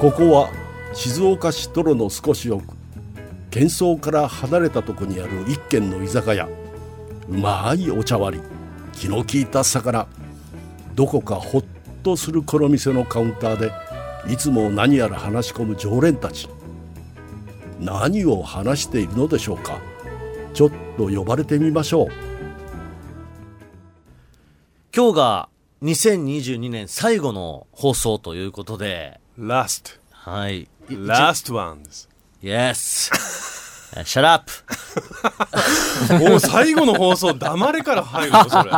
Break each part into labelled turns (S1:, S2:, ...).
S1: ここは静岡市泥の少し奥喧騒から離れたとこにある一軒の居酒屋うまいお茶割り気の利いた魚どこかほっとするこの店のカウンターでいつも何やら話し込む常連たち何を話しているのでしょうかちょっと呼ばれてみましょう
S2: 今日が2022年最後の放送ということで、
S3: Last.
S2: はい。
S3: Last one です。
S2: Yes! Shut up!
S3: お最後の 放送、黙れから入るのそれ。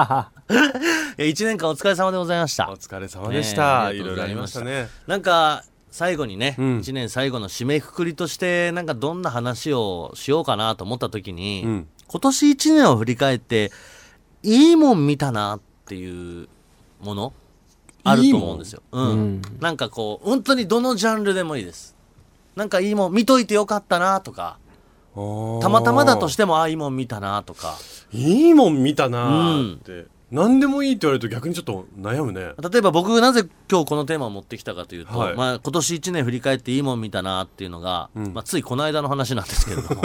S2: え1年間お疲れ様でございました。
S3: お疲れ様でした。
S2: ねえ
S3: いろいろありましたね。
S2: なんか、最後にね、
S3: ん
S2: 1年最後の締めくくりとして、なんかどんな話をしようかなと思った時に、
S3: ん
S2: 今年1年を振り返って、いいもん見たなっていうもの、あると思うんですよ。うん、なんかこう、本当にどのジャンルでもいいです。なんかいいもん見といてよかったなとか、た
S3: た
S2: またまだとしてもああいいもん見たなとか、
S3: いいもん見たなーって、何でもいいって言われると逆にちょっと悩むね
S2: 例えば僕がなぜ今日このテーマを持ってきたかというと、
S3: はい
S2: まあ、今年1年振り返っていいもん見たなっていうのが、まあ、ついこの間の話なんですけれども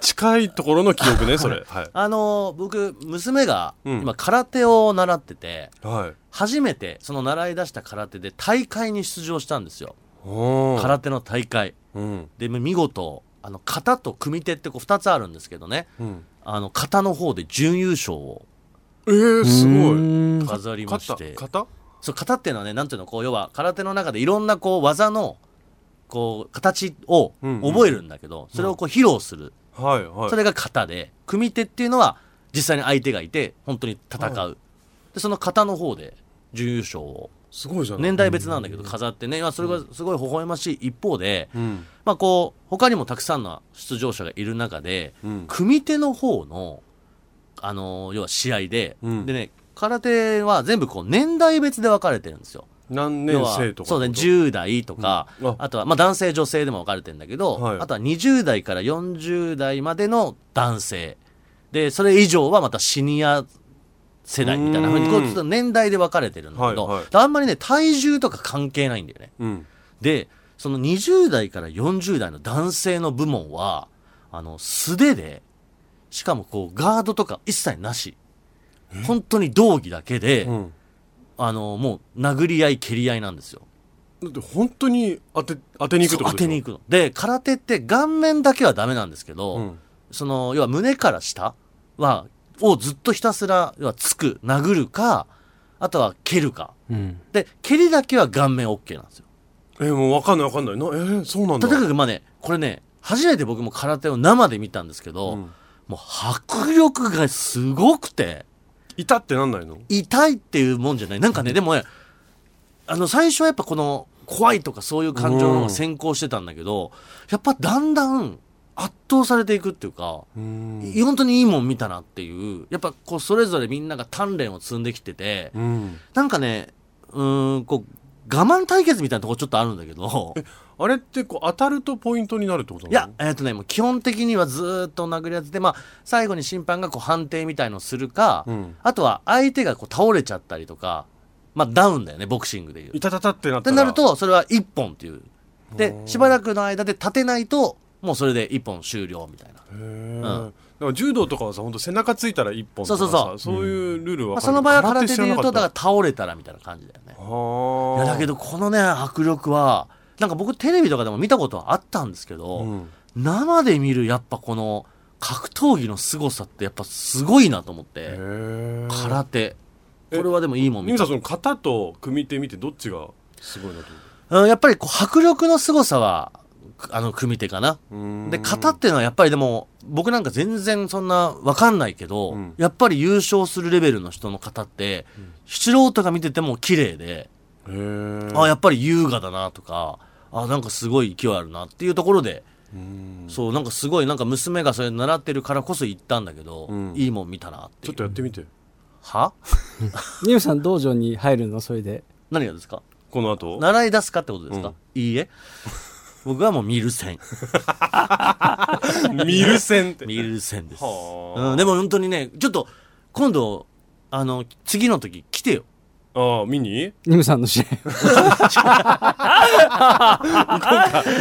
S3: 近いところの記憶ね それはい、
S2: あの僕娘が
S3: うん
S2: 今空手を習ってて、
S3: はい、
S2: 初めてその習い出した空手で大会に出場したんですよ、
S3: おー
S2: 空手の大会
S3: うん
S2: で見事あの型と組手ってこう2つあるんですけどね
S3: うん
S2: あの型の方で準優勝を
S3: えー、すごい
S2: 飾りまし
S3: 肩
S2: て
S3: 肩
S2: そう型っていうのはねなんていうのこう要は空手の中でいろんなこう技のこう形を
S3: うんうん
S2: 覚えるんだけど、それをこう披露する、
S3: はいはい
S2: それが型で組手っていうのは実際に相手がいて本当に戦う、でその型の方で準優勝を
S3: すごいじゃない
S2: 年代別なんだけど飾ってね、まあそれがすごい微笑ましい一方で、
S3: うん
S2: まあこう他にもたくさんの出場者がいる中で、
S3: うん
S2: 組手の方の、あのー要は試合で、
S3: うん
S2: でね空手は全部こう年代別で分かれてるんですよ
S3: 何
S2: 要
S3: 年
S2: は
S3: 生とか
S2: そうね10代とか、
S3: うん
S2: あ
S3: あ
S2: とは、まあ、男性女性でも分かれてるんだけど、
S3: はい
S2: あとは20代から40代までの男性でそれ以上はまたシニア世代みたいなふうにこう
S3: うーん
S2: ちょっと年代で分かれてるんだけど、
S3: はいはい
S2: であんまりね体重とか関係ないんだよね
S3: うん
S2: でその20代から40代の男性の部門はあの素手でしかもこうガードとか一切なし本当に道着だけで、
S3: うん
S2: あのもう殴り合い蹴り合いなんですよ
S3: だって本当に当て当てに行く
S2: そう
S3: って
S2: 当
S3: こと
S2: てに行くので空手って顔面だけはダメなんですけど、
S3: うん
S2: その要は胸から下はをずっとひたすら要はつく殴るかあとは蹴るかで蹴りだけは顔面 OK なんですよ
S3: くえー、もう分かんない分かんないなえー、そうなん
S2: と
S3: だ
S2: にかくまあねこれね初めて僕も空手を生で見たんですけど、もう迫力がすごくて
S3: いたってなんないの
S2: 痛いっていうもんじゃないなんかねでもねあの最初はやっぱこの怖いとかそういう感情の方が先行してたんだけど、やっぱだんだん圧倒されていくっていうか、
S3: うん
S2: い本当にいいもん見たなっていうやっぱこうそれぞれみんなが鍛錬を積んできてて、
S3: うん
S2: なんかねうーんこう我慢対決みたいなとこちょっとあるんだけど
S3: あれってこう当たるとポイントになるってこと
S2: い
S3: な
S2: や
S3: の、
S2: えっとね、もう基本的にはずーっと殴り合ってて、まあ、最後に審判がこう判定みたいのをするか、
S3: うん
S2: あとは相手がこう倒れちゃったりとか、まあ、ダウンだよね、ボクシングでいう。っ
S3: いたたたってなった
S2: て
S3: ら
S2: なると、それは1本っていう。で、しばらくの間で立てないと、もうそれで1本終了みたいな。
S3: へえだから柔道とかはさ本当背中ついたら一本とかさ
S2: そうそう
S3: そういうルール
S2: ま
S3: は
S2: あ、
S3: 分か
S2: そ
S3: る
S2: の場合は空手で言うと、
S3: 知ら
S2: だ
S3: な
S2: から倒れたらみたいな感じだよね。いや
S3: はあ
S2: だけ
S3: ど
S2: ど、このね、迫力は、なんか僕テレビとかでも見たことはあったんですけど、生で見るやっぱこの格闘技の凄さってやっぱすごいなと思って。
S3: へえ
S2: 空手
S3: え
S2: これはでもいいもん見
S3: ミム
S2: た
S3: さんその型と組手見てどっちがすごいなと
S2: うんやっぱりこう迫力の凄さはあの組手かな
S3: 思う
S2: で型っていうのはやっぱりでも僕なんか全然そんなわかんないけど、
S3: うん
S2: やっぱり優勝するレベルの人の型って、素人が見てても綺麗で、
S3: へえ
S2: あやっぱり優雅だなとかあなんかすごい勢いあるなっていうところで、そうなんかすごいなんか娘がそれ習ってるからこそ行ったんだけど、
S3: ん
S2: いいもん見たなってい
S3: ち
S2: う
S3: ょっとやってみて
S2: は
S4: ニムさん道場に入るのそれで
S2: 何がですか
S3: この後
S2: 習い出すかってことですか、いいえ。 僕はもう見る線。
S3: 見る線って
S2: 見る線です。
S3: はあ
S2: うん、でも本当にね、ちょっと、今度、あの、次の時来てよ。
S3: ああ見に
S4: ニムさんの試合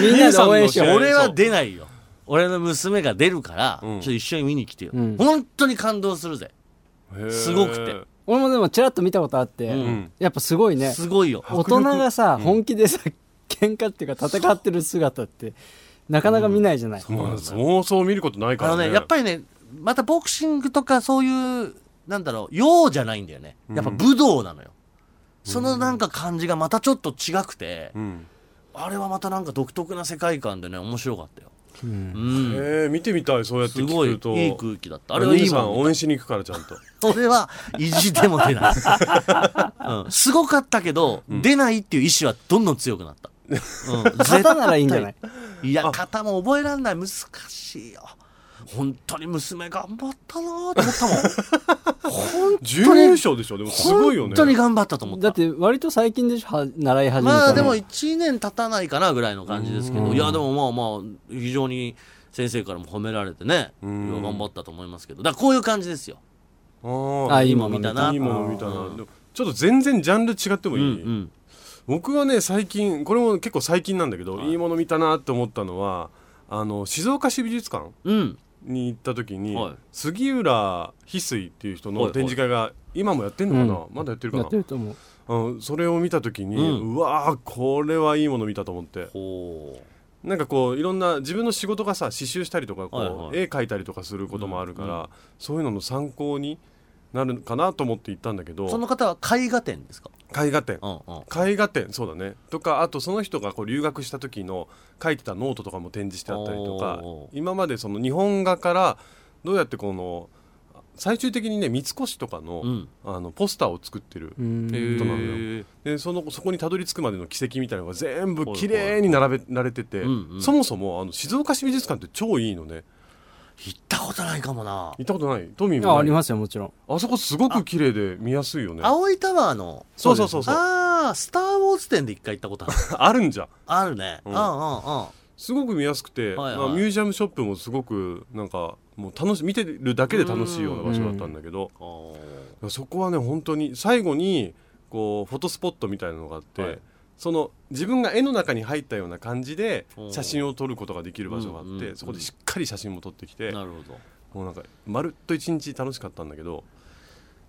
S4: みんなで応援しよ
S3: いや
S2: 俺は出ないよ俺の娘が出るから、
S3: うん
S2: ちょっと一緒に見に来てよ、
S4: うん
S2: 本当に感動するぜすごくて
S3: へ
S4: う。俺もでもちらっと見たことあって、
S3: ん
S4: やっぱすごいね。
S2: すごいよ
S4: 大人がさ、本気でさ、喧嘩っていうか戦ってる姿って、なかなか見ないじゃない。
S3: ーまあそうそう見ることないか
S2: あ
S3: ら
S2: の
S3: ね
S2: ねやっぱりねまたボクシングとかそういうなんだろう用じゃないんだよねやっぱ武道なのよ、そのなんか感じがまたちょっと違くて、
S3: うん
S2: あれはまたなんか独特な世界観でね面白かったようん、
S3: えー見てみたいそうやって
S2: すごいいい
S3: 聞くと
S2: 空気だったあれはい
S3: 兄
S2: い
S3: さ
S2: も
S3: ん
S2: ん
S3: 応援しに行くからちゃんと
S2: それは意地でも出ない、うん、すごかったけど、出ないっていう意志はどんどん強くなった、うん、絶
S4: 肩ならいいんじゃない
S2: いや型も覚えらんない難しいよ本当に娘頑張ったなーと思ったもん本
S3: 準優勝でしょでもすごいよね
S2: 本当に頑張ったと思った
S4: だって割と最近でしょは習い始めたの
S2: まあでも1年経たないかなぐらいの感じですけどいやでもまあまあ非常に先生からも褒められてねいや
S3: ん
S2: 頑張ったと思いますけどだからこういう感じですよ
S3: あー
S4: あ
S2: い
S4: い
S2: い
S4: い
S2: も
S4: も
S2: ん
S4: ん
S2: 見
S4: 見
S2: た
S4: た
S2: な
S3: ないいもの見た
S2: う
S3: なんでもちょっと全然ジャンル違っても
S2: う
S3: い
S2: んう
S3: い、
S2: ん
S3: 僕はね最近これも結構最近なんだけど、い、いもの見たなって思ったのはあの静岡市美術館
S2: うん
S3: に行った時に、
S2: はい
S3: 杉浦翡翠っていう人
S2: はい
S3: の
S2: はい
S3: 展示会が今もやってんのかな、まだやってるか
S4: や
S3: な
S4: ってると思う。
S3: あのそれを見た時に、
S2: う
S3: うんわーこれはいいもの見たと思って
S2: ほう
S3: なんかこういろんな自分の仕事がさ刺繍したりとかこう、
S2: はいはい
S3: 絵描いたりとかすることもあるから、そういうのの参考になるかなと思って行ったんだけど
S2: その方は絵画展ですか
S3: 絵画展
S2: うんうん
S3: 絵画展そうだねとかあとその人がこう留学した時の書いてたノートとかも展示してあったりとか
S2: おー
S3: 今までその日本画からどうやってこの最終的にね三越とかの,、
S2: うん
S3: あのポスターを作ってる、
S4: うん
S3: 当なのよ
S2: へー
S3: でそのそこにたどり着くまでの軌跡みたいなのが全部
S2: はい
S3: 綺麗に並べられてて、
S2: うんうん
S3: そもそもあの静岡市美術館って超いいのね
S2: 行ったことないかもな
S3: 行ったことないトミーもない
S4: あありますよ、もちろん。
S3: あそこすごく綺麗で見やすいよね
S2: 青いタワーの
S3: そうそうそうそうあ
S2: ああスター・ウォーズ展で一回行った ことある
S3: るんじゃん
S2: あるねうん
S3: ん
S2: うんうん
S3: すごく見やすくて、
S2: はいはい
S3: まあ、ミュージアムショップもすごくなんかもう楽し見てるだけで楽しいような場所だったんだけど、
S2: お
S3: そこはね本当に最後にこうフォトスポットみたいなのがあって、
S2: はい
S3: その自分が絵の中に入ったような感じで
S2: お
S3: 写真を撮ることができる場所があって、
S2: うんうんうん
S3: そこでしっかり写真も撮ってきて
S2: ーなるほど
S3: もうなんかまるっと一日楽しかったんだけど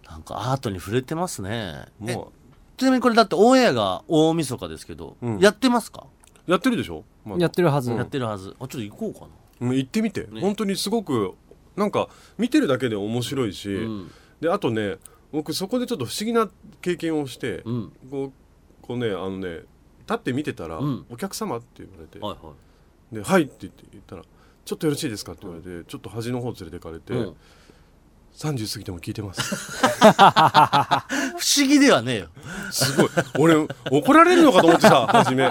S2: なんかアートに触れてますねえ
S3: も
S2: ちなみにこれだってオンエアが大晦日ですけど
S3: うん
S2: やってますか
S3: うやってるでしょ、まだ
S4: やってるはず。
S2: やってるはずあちょっと行こうかな
S3: うん行ってみて、
S2: ね
S3: 本当にすごくなんか見てるだけで面白いし、
S2: うん
S3: であとね僕そこでちょっと不思議な経験をして、
S2: うん
S3: こうこうねあのね立って見てたら「
S2: うん
S3: お客様」って言われて「
S2: はいは
S3: ではい」って言って言ったら「ちょっとよろしいですか?」って言われて、ちょっと端の方連れてかれて、
S2: いうん
S3: 30過ぎても聞いてます
S2: 不思議ではねえよ
S3: すごい俺怒られるのかと思ってさ初め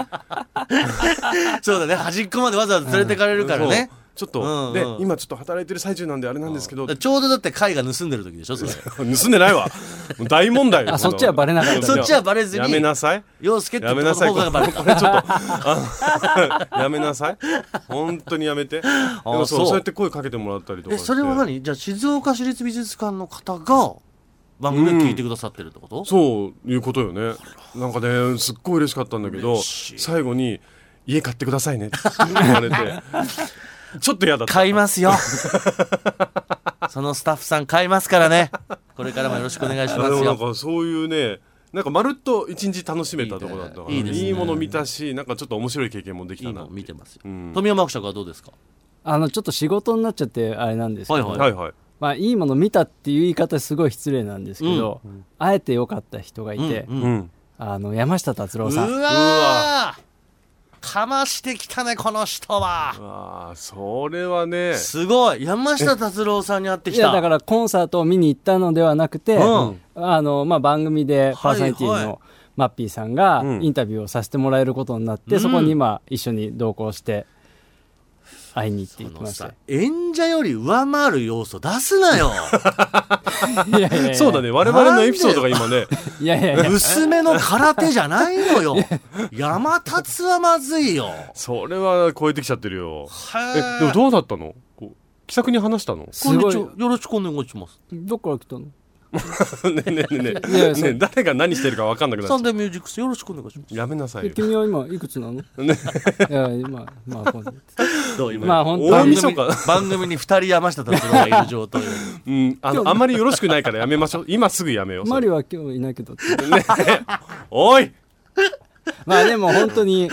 S2: そうだね端っこまでわざわざ連れてかれるからね
S3: そうちょっと、
S2: うんうん
S3: で今ちょっと働いてる最中なんであれなんですけど、
S2: ちょうどだって絵画盗んでる時でしょそれ
S3: 盗んでないわもう大問題よ
S4: あそっちはバレ なかった
S2: そっちはバレずに
S3: やめなさい
S2: 洋介って
S3: や
S2: と
S3: め
S2: この
S3: なさい
S2: 方
S3: こ
S2: が
S3: れ
S2: バ
S3: これ
S2: レ
S3: ちょ
S2: た
S3: っとあ のやめなさい本当にやめてでもそう
S2: そう
S3: そうやって声かけてもらったりとか
S2: え
S3: して
S2: それは何じゃあ静岡市立美術館の方が番組を聞いてくださってるってこと、
S3: そういうことよねなんかねすっごい嬉しかったんだけど
S2: 嬉しい
S3: 最後に「家買ってくださいね」って言われてちょっと嫌だった
S2: 買います よそのスタッフさん買いますからねこれからもよろしくお願いし
S3: あ
S2: ま
S3: ですもなん
S2: よ
S3: かそういうねなんかまるっと一日楽しめたとこだったから
S2: いいねいいですね
S3: もの見たしなんかちょっと面白い経験もでき
S2: い
S3: た
S2: い
S3: な
S2: の
S3: ってい
S2: 見
S3: う
S2: てますよ、
S3: うん
S2: 富山伯爵はどうですか
S4: あの、ちょっと仕事になっちゃって、あれなんですけど、
S2: はい
S3: はいはい
S4: まあ、いいもの見たっていう言い方すごい失礼なんですけど、あえて良かった人がいて、
S2: うん
S3: うん
S4: あの、山下達郎
S2: う
S4: さん。
S2: わーかましてきたねこの人は
S3: ああそれはね
S2: すごい山下達郎さんに会って
S4: い
S2: きた
S4: や、だからコンサートを見に行ったのではなくて、
S2: うん
S4: あの、まあ、番組でパーソナリティ
S2: はいはい
S4: のマッピーさんが
S3: うん
S4: インタビューをさせてもらえることになって、
S2: うん
S4: そこに今一緒に同行して、会いに行って
S2: こ
S4: き
S2: の
S4: ました
S2: さ。演者より上回る要素出すなよ
S4: いやいやいや
S3: そうだ。ね我々のエピソードが今ね
S4: いやい やいや。
S2: 娘の空手じゃないのよ山達はまずいよ
S3: それは超えてきちゃってるよ
S2: は
S3: えでもどうだったのこう気さくに話したの
S4: すごい。
S2: よろしくお願いします
S4: どっから来たの
S3: ねえねえねえ
S4: いや
S3: ね
S4: いや
S3: え
S4: そう
S3: ねえ誰が何してるか分かんなくな
S2: サ
S3: っ
S2: ン
S3: ちゃ
S2: デーミュージックスよろしくお願いしま
S3: うやめなさい
S4: え
S3: よ
S4: 君は今いくつなの、いや今 まあこう
S2: す。どう今
S4: まあ本当
S3: 大
S2: 番
S4: に
S3: 晦
S2: 組
S3: 日
S2: 番組に二人山下達郎がいる状態で
S3: うん、あのあんまりよろしくないからやめましょう今すぐやめようそ
S4: マ
S3: れ
S4: リオは今日いないけどって
S3: ねえおい
S4: まあでも本当に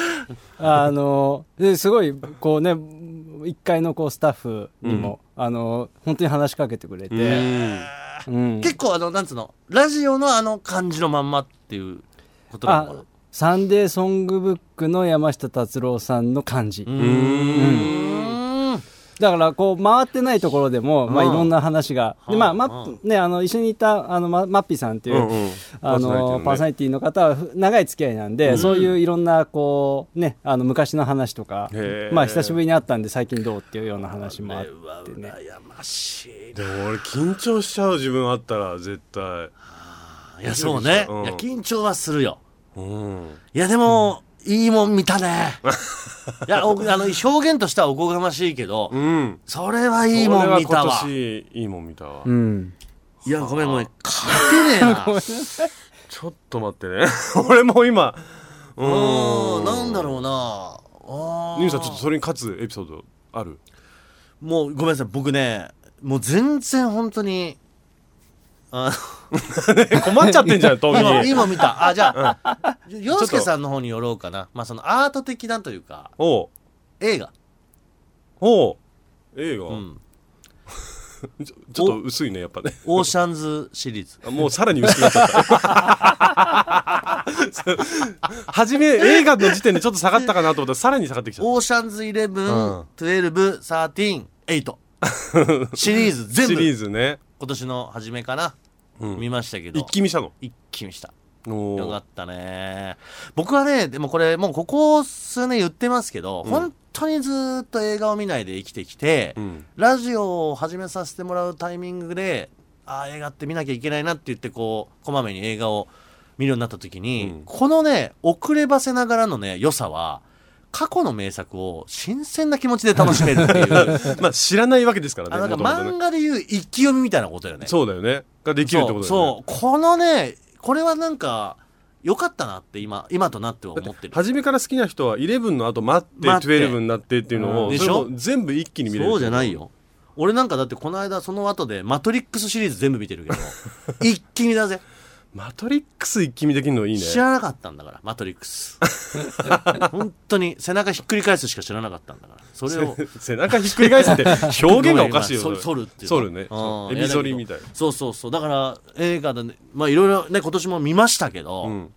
S4: あのですごいこうね一階のこうスタッフにも、あの本当に話しかけてくれ
S3: う
S4: て、
S3: ん
S4: うん
S2: 結構あのなんつうのラジオのあの感じのまんまっていうことなのかな
S4: あサンデーソングブックの山下達郎さんの感じ、
S2: うーん
S4: だからこう回ってないところでも、まあ、い
S2: うん
S4: ろんな話が、でまあ
S2: うん
S4: マップね、あの一緒にいたあのママッピーさんっていう、
S3: うんうんパーソ
S4: あのパーソナ
S3: ナリ
S4: リティの方はふ長い付き合いなんで、そういういろんなこう、ね、あの昔の話とか
S3: へー、
S4: まあ、久しぶりに会ったんで最近どうっていうような話もあって
S2: うわ
S4: ね
S2: 羨ましい
S3: ティでも俺緊張しちゃう自分あったら絶対
S2: ないやそうね、
S3: うん
S2: いや緊張はするよ
S3: うん
S2: いやでも、いいもん見たねいやおあの表現としてはおこがましいけど、
S3: うん
S2: それはいいもん見たわ
S3: 俺は今年いいもん見たわ、
S4: うん、
S2: いやごめんごめん勝てねえ な
S3: ちょっと待ってね 俺もう今う
S2: うんんなんだろうなあー
S3: ニムさんちょっとそれに勝つエピソードある
S2: もうごめんなさい僕ねもう全然本当にあ
S3: え困っちゃってんじゃんトミ
S2: 今
S3: ー
S2: 今見たあじゃあ洋介さんの方に寄ろうかなまあそのアート的なというか
S3: おう
S2: 映画
S3: おう映画、
S2: ん
S3: ちょ ちょっと薄いねやっぱね
S2: オーシャンズシリーズ
S3: あもうさらに薄くなっちゃった 初め映画の時点でちょっと下がったかなと思ったらさらに下がってきちゃっ
S2: オーシャンズイレブ
S3: うん
S2: ン12、13、8 シリーズ
S3: た
S2: 全
S3: シリー
S2: 部
S3: ズね、
S2: 今年の初めかな、
S3: うん
S2: 見ましたけど
S3: 一気見したの
S2: 一気見した
S3: お
S2: よか
S3: ー
S2: ったね僕はねでもこれもうここ数年言ってますけど、本当にずーっと映画を見ないで生きてきて、
S3: うん
S2: ラジオを始めさせてもらうタイミングでああ映画って見なきゃいけないなって言ってこうこまめに映画を見るようになった時に、
S3: うん
S2: このね遅ればせながらのね良さは過去の名作を新鮮な気持ちで楽しめるって いう
S3: まあ知らないわけですからね
S2: あなんか
S3: 元々ね
S2: 漫画でいう一気読みみたいなことよね
S3: そうだよねができるってことだよね
S2: そうそうこのねこれはなんか良かったなって今今となっては思ってる
S3: 初めから好きな人は11の後待って
S2: 待って
S3: 12になってっていうのを
S2: でし
S3: それ
S2: ょ
S3: も全部一気に見れる
S2: そうじゃないよ俺なんかだってこの間その後で「マトリックス」シリーズ全部見て るけど一気見だぜ
S3: マトリックス一気見できるのいいね
S2: 知らなかったんだから「マトリック ス」本当に背中ひっくり返すしか知らなかったんだからそれを
S3: 背中ひっくり返すって 表現がおかしいよ
S2: そ
S3: ね
S2: れ反るっていう
S3: 反るね
S2: うん
S3: エビ反りみたい
S2: やだけどそうそうそうだから映画だねまあいろいろね今年も見ましたけど、
S3: うん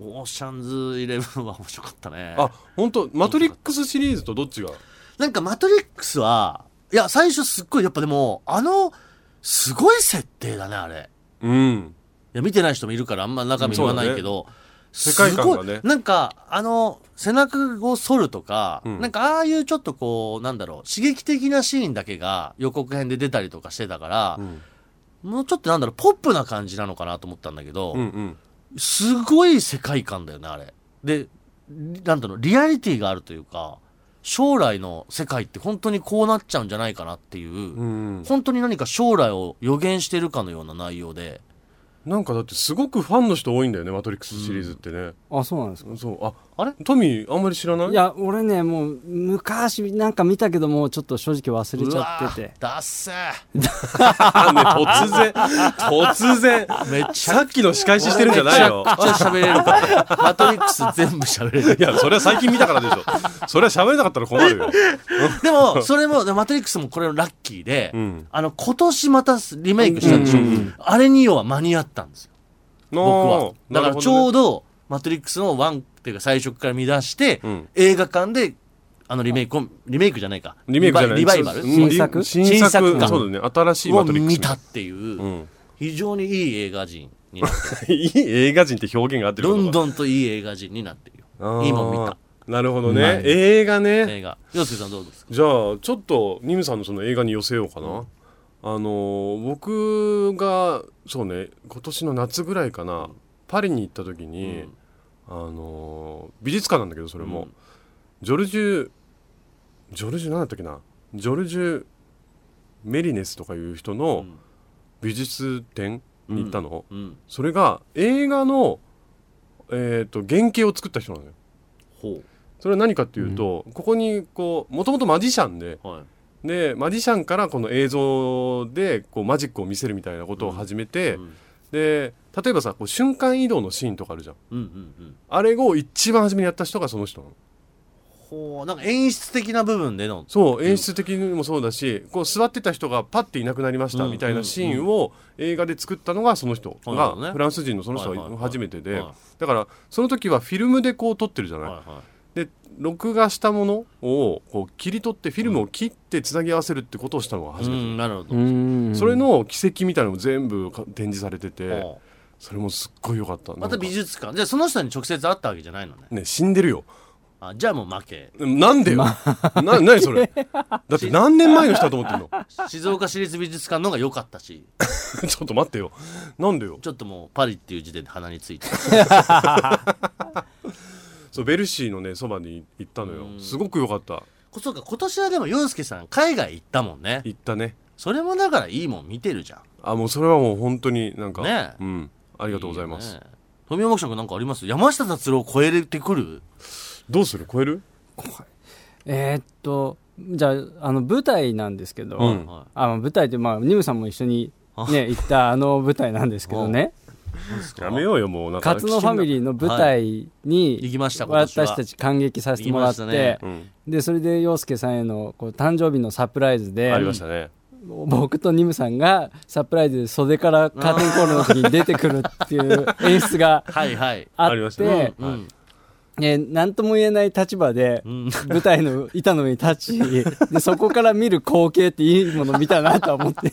S2: オーシャンズイレブンは面白かったね
S3: あ本当マトリックスシリーズとどっちが
S2: なんかマトリックスは、いや、最初すっごい、やっぱでも、あの、すごい設定だね、あれ。
S3: うん
S2: いや、見てない人もいるからあんま中身言わないけど、
S3: そうだ
S2: すご
S3: ね
S2: い
S3: 世界観がね
S2: なんか、あの、背中を反るとか、
S3: ん
S2: なんかああいうちょっとこう、なんだろう、刺激的なシーンだけが予告編で出たりとかしてたから、
S3: ん
S2: もうちょっとなんだろう、ポップな感じなのかなと思ったんだけど、
S3: うんうん
S2: すごい世界観だよね、あれ。で、りなんだろう、リアリティがあるというか、将来の世界って本当にこうなっちゃうんじゃないかなっていう、
S3: うん
S2: 本当に何か将来を予言してるかのような内容で、
S3: なんかだってすごくファンの人多いんだよねマトリックスシリーズってね
S4: あそうなんですか
S3: そうあ
S2: あれ
S3: トミーあんまり知らない
S4: いや俺ねもう昔なんか見たけどもうちょっと正直忘れちゃってて
S2: うわーダッセー
S3: ね突然突然
S2: めっちゃ
S3: さっきの仕返ししてるんじゃないよ
S2: めちゃくちゃ喋れる から。マトリックス全部喋れる。
S3: いや、それは最近見たからでしょ。それは喋れなかったら困 るよ。
S2: でも、それも、マトリックスもこれラッキーで、
S3: ん
S2: あの、今年またリメイクしたでしょ。
S3: うんうんう
S2: あれに要は間に合ったんですよ。僕は。だからちょう
S3: ど。
S2: ど、マトリックスの1っていうか最初から見出して、
S3: うん
S2: 映画館で、あのリメイクを、リメイクじゃないか。
S3: リメイクじゃない
S2: リバイバル
S3: うん
S4: 新作
S3: リ新
S2: 新作
S3: 作。
S2: か
S3: そうだね。新しい
S2: を
S3: マトリックス。
S2: 見たっていう、
S3: うん。
S2: 非常にいい映画人になってる、
S3: いい映画人って表現があってる
S2: ど
S3: こと
S2: ん
S3: が
S2: どんといい映画人になってるよ。
S3: あー
S2: いいもん見た。
S3: なるほどね。映画ね。
S2: 映画。洋介さんどうですか
S3: じゃあ、ちょっと、ニムさんのその映画に寄せようかな。あのー、僕が、そうね、今年の夏ぐらいかな、パリに行った時に、あのー、美術館なんだけど、それも。ジョルジュジョルジュ何だったっけなジョルジュ・メリネスとかいう人の美術展に行ったの、
S2: うん
S3: それが映画の、えー、と原型を作った人なのよ
S2: ほ
S3: それは何かっていうと、ここにこうもともとマジシャンで
S2: うはい
S3: でマジシャンからこの映像でこうマジックを見せるみたいなことを始めて、
S2: うん
S3: で例えばさこう瞬間移動のシーンとかあるじゃん
S2: うんうんうん
S3: あれを一番初めにやった人がその人なの
S2: ほうなんか演出的な部分での
S3: そう演出的にもそうだしこう座ってた人がパッていなくなりました
S2: うん
S3: みたいなシーンを映画で作ったのがその人
S2: はいはいは
S3: が
S2: い
S3: フランス人のその人
S2: はいはいは
S3: が
S2: い
S3: 初めてで
S2: は
S3: だからその時はフィルムでこう撮ってるじゃ
S2: い
S3: ない
S2: は
S3: で録画したものをこう切り取ってフィルムを切ってつなぎ合わせるってことをしたのが
S2: いはい
S3: 初
S2: う
S3: めて、
S2: んなるほど
S4: うん
S3: それの軌跡みたいなのも全部か展示されてて
S2: ほう
S3: それもすっごい良かった
S2: また美
S3: なんか
S2: 術館じゃあその人に直接会ったわけじゃないのね
S3: ね死んでるよ
S2: あじゃあもう負け
S3: なんでよ、な何それだって何年前の人だと思ってんの
S2: 静岡市立美術館の方が良かったし
S3: ちょっと待ってよなんでよ
S2: ちょっともうパリっていう時点で鼻について
S3: そうベルシーのねそばに行ったのよすごく良かった
S2: そうか今年はでも洋介さん海外行ったもんね
S3: 行ったね
S2: それもだからいいもん見てるじゃん
S3: あもうそれはもう本当になんか、
S2: ねえ
S3: うんあ
S2: あ
S3: りがとうございます
S2: 富山学者なんかあります山下達郎を超えてくる
S3: どうする超える
S4: えーっとじゃああの舞台なんですけど、
S3: うん
S2: は
S4: あの舞台でまあニムさんも一緒にね行ったあの舞台なんですけどね
S2: いですか
S3: やめようよもうなんか
S4: カツノファミ
S3: ー
S4: リーの舞台に、
S2: 行きました今年は
S4: 私たち感激させてもらっ、
S2: 行きましてた
S3: うん
S4: でそれで洋介さんへのこう誕生日のサプライズで
S3: ありましたね
S4: 僕とニムさんがサプライズで袖からカーテンコールの時に出てくるっていう演出が
S2: はいはい
S4: あ
S3: ありま
S4: っ
S3: したね
S4: て
S2: う
S3: はい
S2: ん
S4: えー何とも言えない立場で
S2: うん
S4: 舞台の板の上に立ちでそこから見る光景っていいもの見たなと思って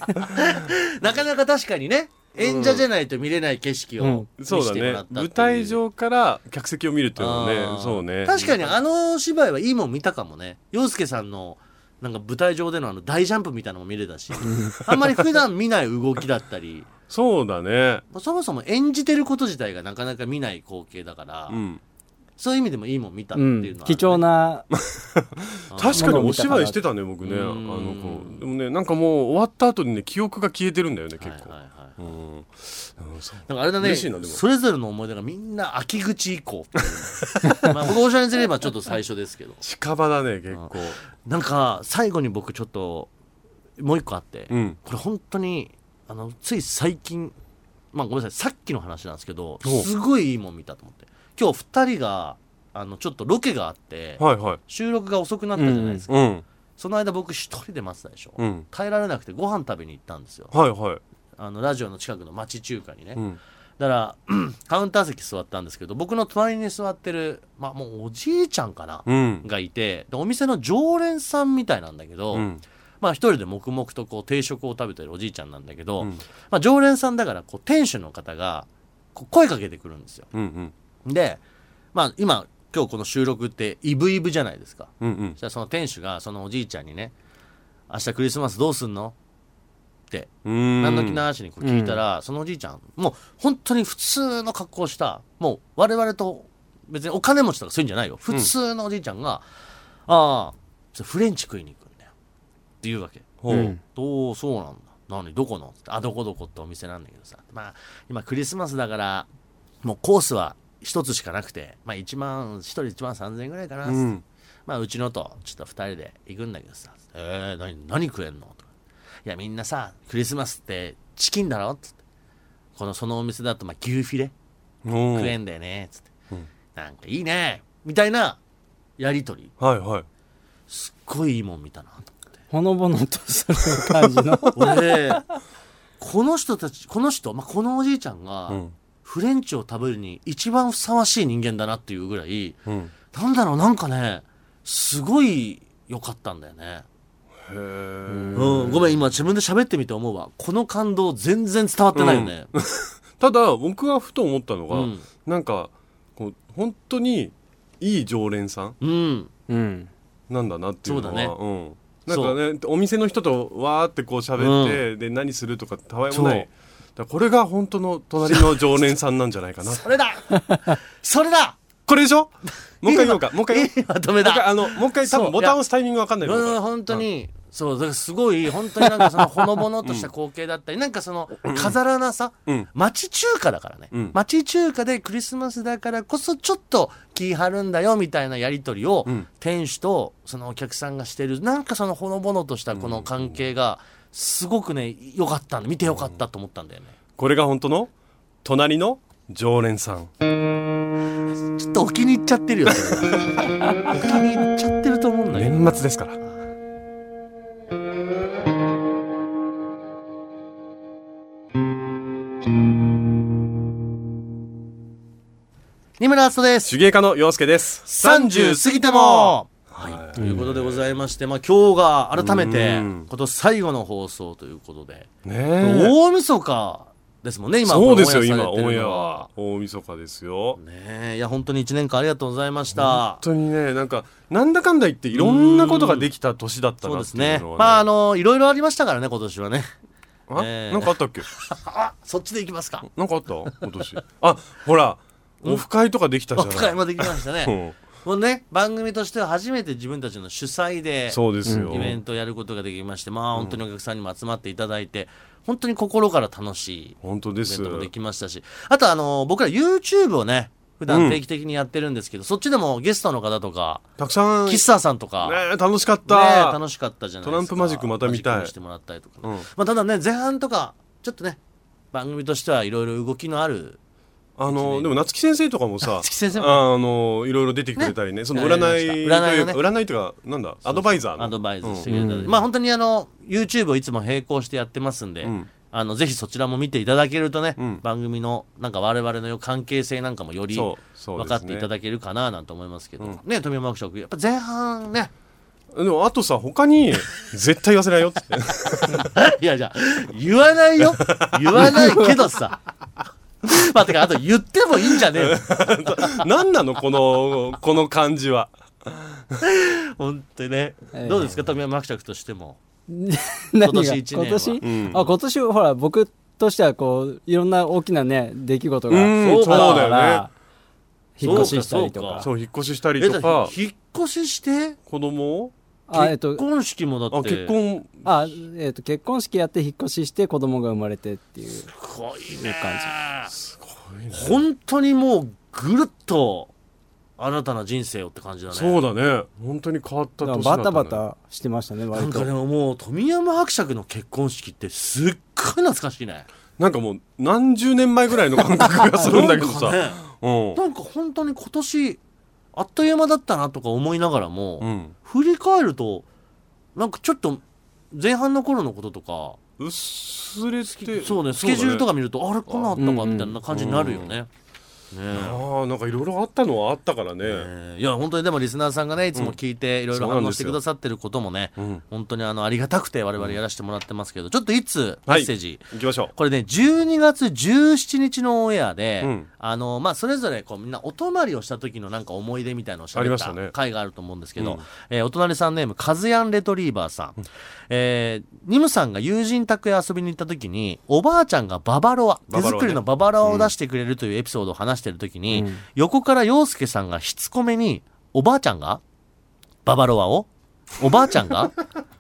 S2: なかなか確かにね演者じゃないと見れない景色
S4: うん
S2: を見
S3: そう
S2: せ
S3: だ
S2: てもらった
S3: ね
S2: っていう
S3: 舞台上から客席を見るっていうのは
S2: あ
S3: ね
S2: ー
S3: そうね
S2: 確かにあの芝居はいいもん見たかもね洋介さんのなんか舞台上でのあの大ジャンプみたいなのも見れた しあんまり普段見ない動きだったり
S3: そうだね
S2: まあそもそも演じてること自体がなかなか見ない光景だから、
S3: うん
S2: そういう意味でもいいもん見たっ
S4: う
S2: てい
S4: ん
S2: うのはあるね、
S4: 貴重な
S3: 確かにお芝居してたね僕ねあ
S2: うん
S3: の子でもねなんかもう終わった後にね記憶が消えてるんだよね結構
S2: はいはいはい
S3: うんうんそう
S2: なんかあれだね
S3: 嬉しいなでも
S2: それぞれの思い出がみんな秋口以降って いうまあ僕おしゃれにすればちょっと最初ですけど
S3: 近場だね結構
S2: なんか最後に僕ちょっともう一個あって、
S3: うん
S2: これ本当にあのつい最近まあごめんなさいさっきの話なんですけど
S3: お
S2: すごいいいもん見たと思って今日2人があのちょっとロケがあって、
S3: はいはい
S2: 収録が遅くなったじゃないですか、
S3: うん
S2: その間僕一人で待ってたでしょ、
S3: うん
S2: 耐えられなくてご飯食べに行ったんですよ
S3: はいはい
S2: あのラジオの近くの町中華にね、
S3: うん
S2: だから カウンター席座ったんですけど僕の隣に座ってる、まあ、もうおじいちゃんかな、
S3: うん
S2: がいてでお店の常連さんみたいなんだけど、
S3: うん
S2: まあ一人で黙々とこう定食を食べてるおじいちゃんなんだけど、
S3: うん
S2: まあ、常連さんだからこう店主の方がこう声かけてくるんですよ
S3: うん
S2: で、まあ、今今日この収録ってイブイブじゃないですか
S3: うんうん
S2: そしたらその店主がそのおじいちゃんにね「明日クリスマスどうすんの?」って
S3: うん
S2: 何の気なしにこう聞いたら、そのおじいちゃんもう本当に普通の格好をしたもう我々と別にお金持ちとかそういうんじゃないよ普通のおじいちゃんが「ああちょっとフレンチ食いに行くんだよ」って言うわけ「
S3: ほう
S4: うん
S2: おおそうなんだ何どこの?」って「あどこどこ」ってお店なんだけどさまあ今クリスマスだからもうコースは一つしかなくて、まあ、1万1人1万3000円ぐらいかな、
S3: うん
S2: まあ、うちのと、ちょっと二人で行くんだけどさ、えー、何、何食えんのとか。いや、みんなさ、クリスマスってチキンだろつって。この、そのお店だと、まあ、牛フィレ
S3: うん
S2: 食えんだよね。つって。なんかいいね。みたいな、やりとり。
S3: はいはい
S2: すっごいいいもん見たな。
S4: ほのぼのとする感じの
S2: 俺、この人たち、この人、まあ、このおじいちゃんが、
S3: うん
S2: フレンチを食べるに一番ふさわしい人間だなっていうぐらい、
S3: うん
S2: なんだろう、なんかね、すごい良かったんだよね。
S3: へー
S2: うん、ごめん今自分で喋ってみて思うわこの感動全然伝わってないよね、
S3: ただ僕はふと思ったのが、
S2: うん
S3: なんかこう本当にいい常連さん
S2: うん
S4: うん
S3: なんだなっていうのは
S2: そうだね
S3: んなんかねお店の人とわーってこう喋って、で何するとかたわいもないだ
S2: そう
S3: からこれが本当の隣の常連さんなんじゃないかな
S2: それだ それだ
S3: これで しょもう一回言おうかもう一回言おう
S2: いいまとめ
S3: もう一回
S2: だ
S3: あのもう一回多
S2: そ
S3: 分
S2: う
S3: ボタン押すタイミングわかんないい
S2: や
S3: と思うから
S2: 本当にそうだからすごい本当になんかそのほのぼのとした光景だったり、なんかその飾らなさ、
S3: うん
S2: 町中華だからね、
S3: うん
S2: 町中華でクリスマスだからこそちょっと気張るんだよみたいなやり取りを
S3: うん
S2: 店主とそのお客さんがしてるなんかそのほのぼのとしたこの関係がすごくね良かったんで見て良かったと思ったんだよね
S3: これが本当の隣の常連さん
S2: ちょっとお気に入っちゃってるよ それはお気に入っちゃってると思うんだけど
S3: 年末ですから
S2: 二村敦です
S3: 手芸家の陽介です
S2: 30過ぎても、はい、ということでございまして、まあ、今日が改めて
S3: うん
S2: 今年最後の放送ということで、
S3: ねえ
S2: 大晦日ですもんね今
S3: そうですよ
S2: この
S3: 今
S2: オンエアされて
S3: オンエ
S2: る
S3: ア
S2: の
S3: は大晦日ですよ
S2: ねえいや本当に1年間ありがとうございました
S3: 本当にねなんかなんだかんだ言っていろんなことができた年だっ
S2: そ
S3: た
S2: うで
S3: なって
S2: す
S3: い
S2: ね
S3: うのは、ね、
S2: まああのいろいろありましたからね今年はね
S3: あ
S2: ええ
S3: なんかあったっけ
S2: あそっちでいきますか
S3: なんかあった今年あほらオフ会とかできたじ
S2: お
S3: ゃない
S2: 深いまできましたね、
S3: うん
S2: もうね番組としては初めて自分たちの主催で
S3: そうですよ、
S2: イベントをやることができまして、まあ本当にお客さんにも集まっていただいて、本当に心から楽しい
S3: 本当
S2: イ
S3: で
S2: ベン
S3: す
S2: トもできましたし、あとあの、僕ら YouTube をね、普段定期的にやってるんですけど、そっちでもゲストの方とか、
S3: たくさん
S2: キッサーさんとか、ね
S3: ねえ楽しかっ
S2: え、
S3: た、
S2: 楽しかったじゃないですか。
S3: トランプマジックまた見たい
S2: マジックにしてもらったりとかね、
S3: うん
S2: まあただね、前半とか、ちょっとね、番組としてはいろいろ動きのある、
S3: あのでも夏木先生とかもさ
S2: 夏木先生も
S3: あのいろいろ出てくれたりねその占い
S2: 占いをね
S3: という占いというかなんだアドバイザーの
S2: アドバイスして
S3: うん
S2: くれたり、まあ本当にあの、YouTube をいつも並行してやってますんで、
S3: ん
S2: あの、ぜひそちらも見ていただけるとね、
S3: ん
S2: 番組の、なんか我々の関係性なんかもより
S3: そ
S2: 分
S3: うそうですね
S2: かっていただけるかななんて思いますけど、ね、富山学食、やっぱ前半ね、
S3: でもあとさ他に絶対言わせないよって
S2: い やいや、言わないよ。言わないけどさ。 まあ、てか、あと言ってもいいんじゃねえの
S3: 何なのこのこの感じは
S2: 本当にね
S4: え。え
S2: どうですか、富山伯爵としても。
S4: 何
S2: 今
S4: が
S2: 年一年は
S4: 今年、
S3: うん
S4: あ今年ほら僕としてはこういろんな大きなね出来事が
S3: うん
S4: あったから
S3: そうだよね
S4: 引っ越ししたりとか
S2: あ
S3: そう引っ越ししたり
S2: え、
S3: と
S2: だ
S3: か
S2: から引っ越しして、
S3: 子供を
S4: あえっと
S2: 結婚式もだ
S3: あ
S2: って。
S3: 結婚
S4: あ、えっと結婚式やって引っ越しして子供が生まれてっていう
S2: すごいね。
S3: すごいね
S2: 本当にもう、ぐるっと、新たな人生をって感じだね。
S3: そうだね本当に変わった
S4: だから
S3: 年だ
S4: バ
S3: った
S4: タ
S3: ね
S4: バタしてましたね
S2: な
S4: 割
S2: んか
S4: と
S2: でももう、富山伯爵の結婚式ってすっごい懐かしいね。
S3: なんかもう何十年前ぐらいの感覚がするんだけどさ、
S2: なんか ね
S3: うん
S2: なんか本当に今年あっという間だったなとか思いながらも、
S3: うん
S2: 振り返るとなんかちょっと前半の頃のこととか
S3: うっすれて
S2: そうねスケジュールと
S3: か
S2: か見ると、あれこんなんあった
S4: うん
S2: か
S4: うん
S2: みたいな感じになるよね。ね
S3: あーなんかいろいろあったのはあったからね、
S2: えええいや本当にでもリスナーさんがねいつも聞いていろいろ
S3: そうな
S2: 反
S3: ん
S2: 応
S3: で
S2: し
S3: す
S2: て
S3: よ
S2: くださってることもね、
S3: ん
S2: 本当にあのありがたくて我々やらせてもらってますけど、ちょっといつメ
S3: はい
S2: ッセージ、
S3: 行きましょう
S2: これね12月17日のオンエアで、
S3: うん
S2: あのまあ、それぞれこうみんなお泊まりをした時のなんか思い出みたいなのをしゃ
S3: あり
S2: べっ
S3: ました
S2: た
S3: ね
S2: 回があると思うんですけど、えーお隣さんネームカズヤンレトリーバーさん、えーニムさんが友人宅へ遊びに行った時におばあちゃんがババロア手
S3: ババロアね
S2: 作りのババロアを出してくれるというエピソードを話してる時に、横から陽介さんがしつこめにおばあちゃんがババロアをおばあちゃん が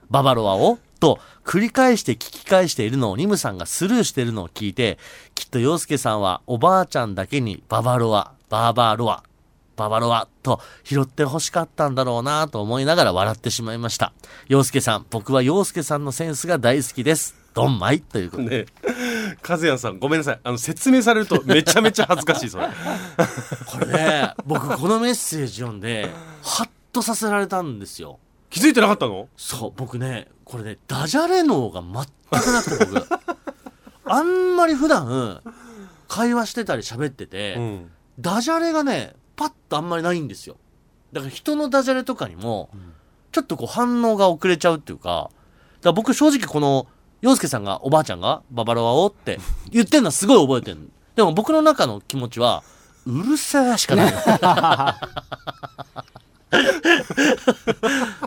S2: ババロアをと繰り返して聞き返しているのをニムさんがスルーしているのを聞いてきっと洋介さんはおばあちゃんだけにババロアバーバロアババロアと拾って欲しかったんだろうなと思いながら笑ってしまいました洋介さん僕は洋介さんのセンスが大好きですドンマイということで
S3: ね え和也さんごめんなさいあの説明されるとめちゃめちゃ恥ずかしいそれ
S2: これね僕このメッセージ読んで ハッとさせられたんですよ
S3: 気づいてなかったの
S2: そう僕ねこれねダジャレ脳が全くなくて僕あんまり普段会話してたり喋ってて、
S3: うん
S2: ダジャレがねパッとあんまりないんですよだから人のダジャレとかにも、ちょっとこう反応が遅れちゃうっていうかだから僕正直この洋介さんがおばあちゃんがババロアをって言ってんのはすごい覚えてるでも僕の中の気持ちはうるせえしかない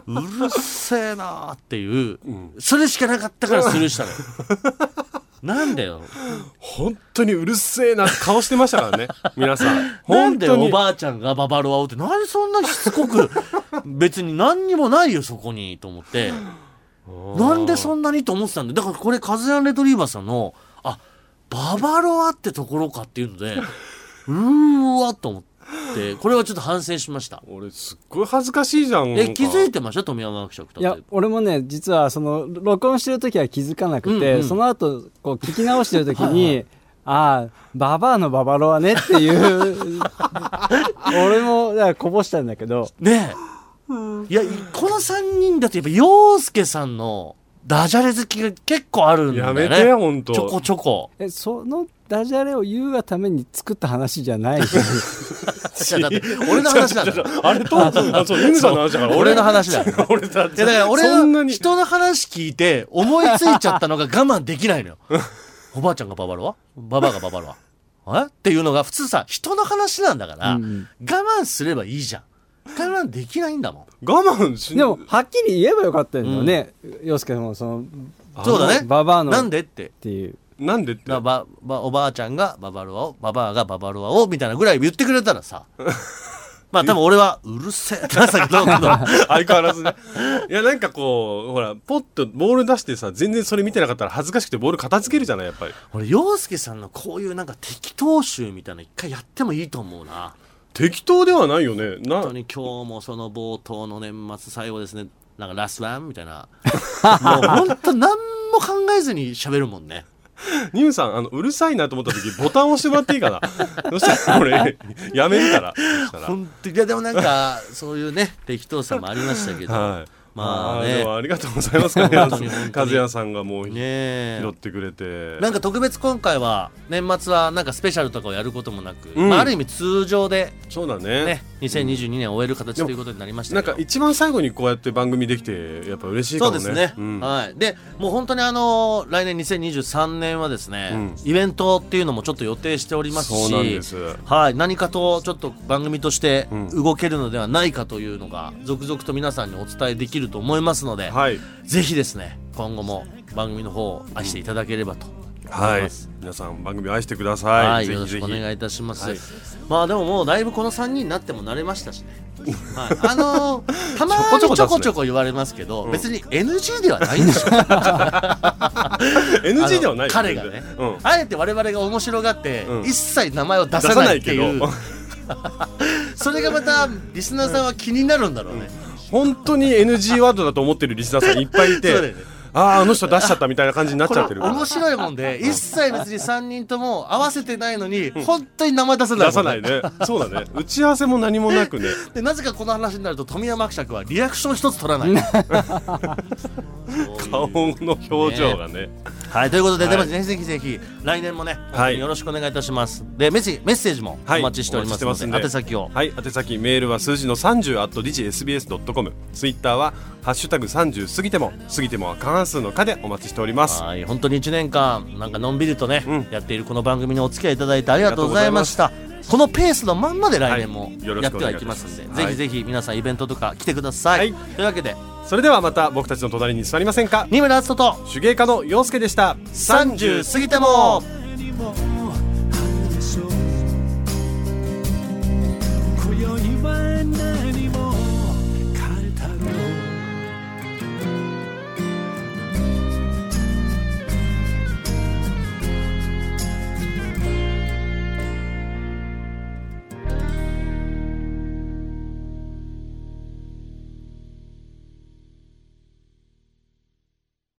S2: うるせえなーっていう、それしかなかったからスルーしたのなんだよ
S3: 本当にうるせえな顔してましたからね皆さん
S2: なん
S3: 本
S2: で
S3: 当
S2: お
S3: に
S2: ばあちゃんがババロアを って、なんでそんなしつこく、別に何にもないよ、そこに、と思って。なんでそ
S3: ん
S2: んなにと思ってたんでだからこれカズヤンレトリーバーさんのあババロアってところかっていうのでうーわと思ってこれはちょっと反省しました
S3: 俺すっごい恥ずかしいじゃん
S2: え気づい
S3: て
S2: てました富山学食と
S4: いや俺もね実はその録音してる時は気づかなくて、
S2: うんうん
S4: その後こう聞き直してる時にああババアのババロアねっていう 俺もだからこぼしたんだけど
S2: ねえ。いや、いこの3人だとやっぱ、洋介さんのダジャレ好きが結構あるんだ
S3: や
S2: よね。
S3: めてよほんと
S2: ちょこちょこ。
S4: えそのダジャレを言うがために作った話じゃない し
S2: いやだって、俺の話なんだよ。
S3: あれとあそうニムさんの話だから
S2: 俺の話だよ。
S3: 俺だっ
S2: いやだから俺
S3: そんな
S2: の
S3: に
S2: 人の話聞いて思いついちゃったのが我 慢できないのよ。おばあちゃんがババロアババアがババロアえっていうのが普通さ、人の話なんだから、
S4: うん
S2: 我慢すればいいじゃん。我慢できないんだもん。
S3: 我慢しん
S4: でもはっきり言えばよかったんだよね、洋介もその
S2: そうだね。
S4: ババアの
S2: なんでって
S4: っ。ていう
S3: なんでって
S2: だばばおばあちゃんがババロアをババアがババロアをみたいなぐらい言ってくれたらさまあ多分俺はうるせえって なったけど
S3: 相変わらずねいやなんかこうほらポッとボール出してさ全然それ見てなかったら恥ずかしくてボール片付けるじゃないやっぱり
S2: 俺洋介さんのこういうなんか適当集みたいなの一回やってもいいと思うな
S3: 適当ではないよねな
S2: 本当に今日もその冒頭の年末最後ですねなんかラスワンみたいなもう本当何も考えずに喋るもんね
S3: ニムさんあのうるさいなと思った時ボタン押してもら っていいかなそしたら俺やめるからそしたら
S2: 本当にいやでもなんかそういうね適当さもありましたけど、
S3: はい
S2: まあ
S3: ー
S2: ね
S3: でもありがとうご ざいます和
S2: 本当に本当に
S3: 也さんがもう
S2: ね
S3: 拾
S2: え
S3: ってくれて
S2: なんか特別今回は年末はなんかスペシャルとかをやることもなく、
S3: うん
S2: まあ、ある意味通常で、
S3: そうだね
S2: ね、2022年を終える形ということになりました
S3: なん
S2: けど
S3: か一番最後にこうやって番組できてやっぱ嬉しいか
S2: そう
S3: もね
S2: ですね、
S3: ん
S2: はい、でもう本当にあのー来年2023年はですね、
S3: うん
S2: イベントっていうのもちょっと予定しております
S3: そうなんで
S2: し
S3: す
S2: はい、何かとちょっと番組として
S3: うん
S2: 動けるのではないかというのが続々と皆さんにお伝えできると思いますので、
S3: はい
S2: ぜひですね今後も番組の方を愛していただければと思
S3: はいい
S2: ます。
S3: 皆さん番組愛してくだ
S2: はい、
S3: さいぜ
S2: よろ
S3: ひぜ
S2: しく
S3: ひ
S2: お願いいたします。
S3: はい
S2: まあでももうだいぶこの3人になっても慣れましたしね。 はい、あのーたま
S3: ちょこ
S2: に
S3: ち
S2: ち
S3: ょこ出すね
S2: ょこちょこ言われますけど、別に NG ではないんでしょ
S3: NG ではな
S2: あの
S3: いよ
S2: 彼がね、
S3: 全然うん
S2: あえて我々が面白がって、
S3: うん
S2: 一切名前を出さないっていう
S3: 出さない
S2: それがまたリスナーさんは気になるんだろうね、
S3: 本当に NG ワードだと思ってるリスナーさんいっぱいいて
S2: そうだよね
S3: あああの人出しちゃったみたいな感じになっちゃってるから
S2: 面白いもんで一切別に3人とも合わせてないのに、本当に名前出さないもんね
S3: 出さないねそうだね打ち合わせも何もなくね
S2: でなぜかこの話になると富山伯爵はリアクション一つ取らない
S3: 顔の表情がね
S2: はいということで、
S3: はい
S2: でもぜひぜひぜひ来年もね、
S3: はい
S2: よろしくお願いいたしますでメッセージメッセージも
S3: は
S2: お
S3: い
S2: 待ちしておりますので,、
S3: お待
S2: 宛
S3: ちしてますん
S2: 先を
S3: はい宛先メールは数字の30 at digsbs.com ツイッターは「ハッシュタグ #30 過ぎても過ぎても」は過半数の「か」でお待ちしております
S2: はい本当に1年間なんかのんびりとね、
S3: うん
S2: やっているこの番組にお付き合いいただいてありがとうございましたこのペースのまんまで来年も
S3: はいよろ
S2: や
S3: し
S2: っ
S3: く
S2: て
S3: お
S2: は
S3: 願
S2: い
S3: いいた
S2: き
S3: し
S2: ま
S3: ますす
S2: んで、ぜひぜひ皆さんイベントとか来てください、
S3: はい
S2: というわけで
S3: それではまた僕たちの隣に座りませんか
S2: 二村篤人と
S3: 手芸家の陽介でした
S2: 30過ぎても
S5: anymore.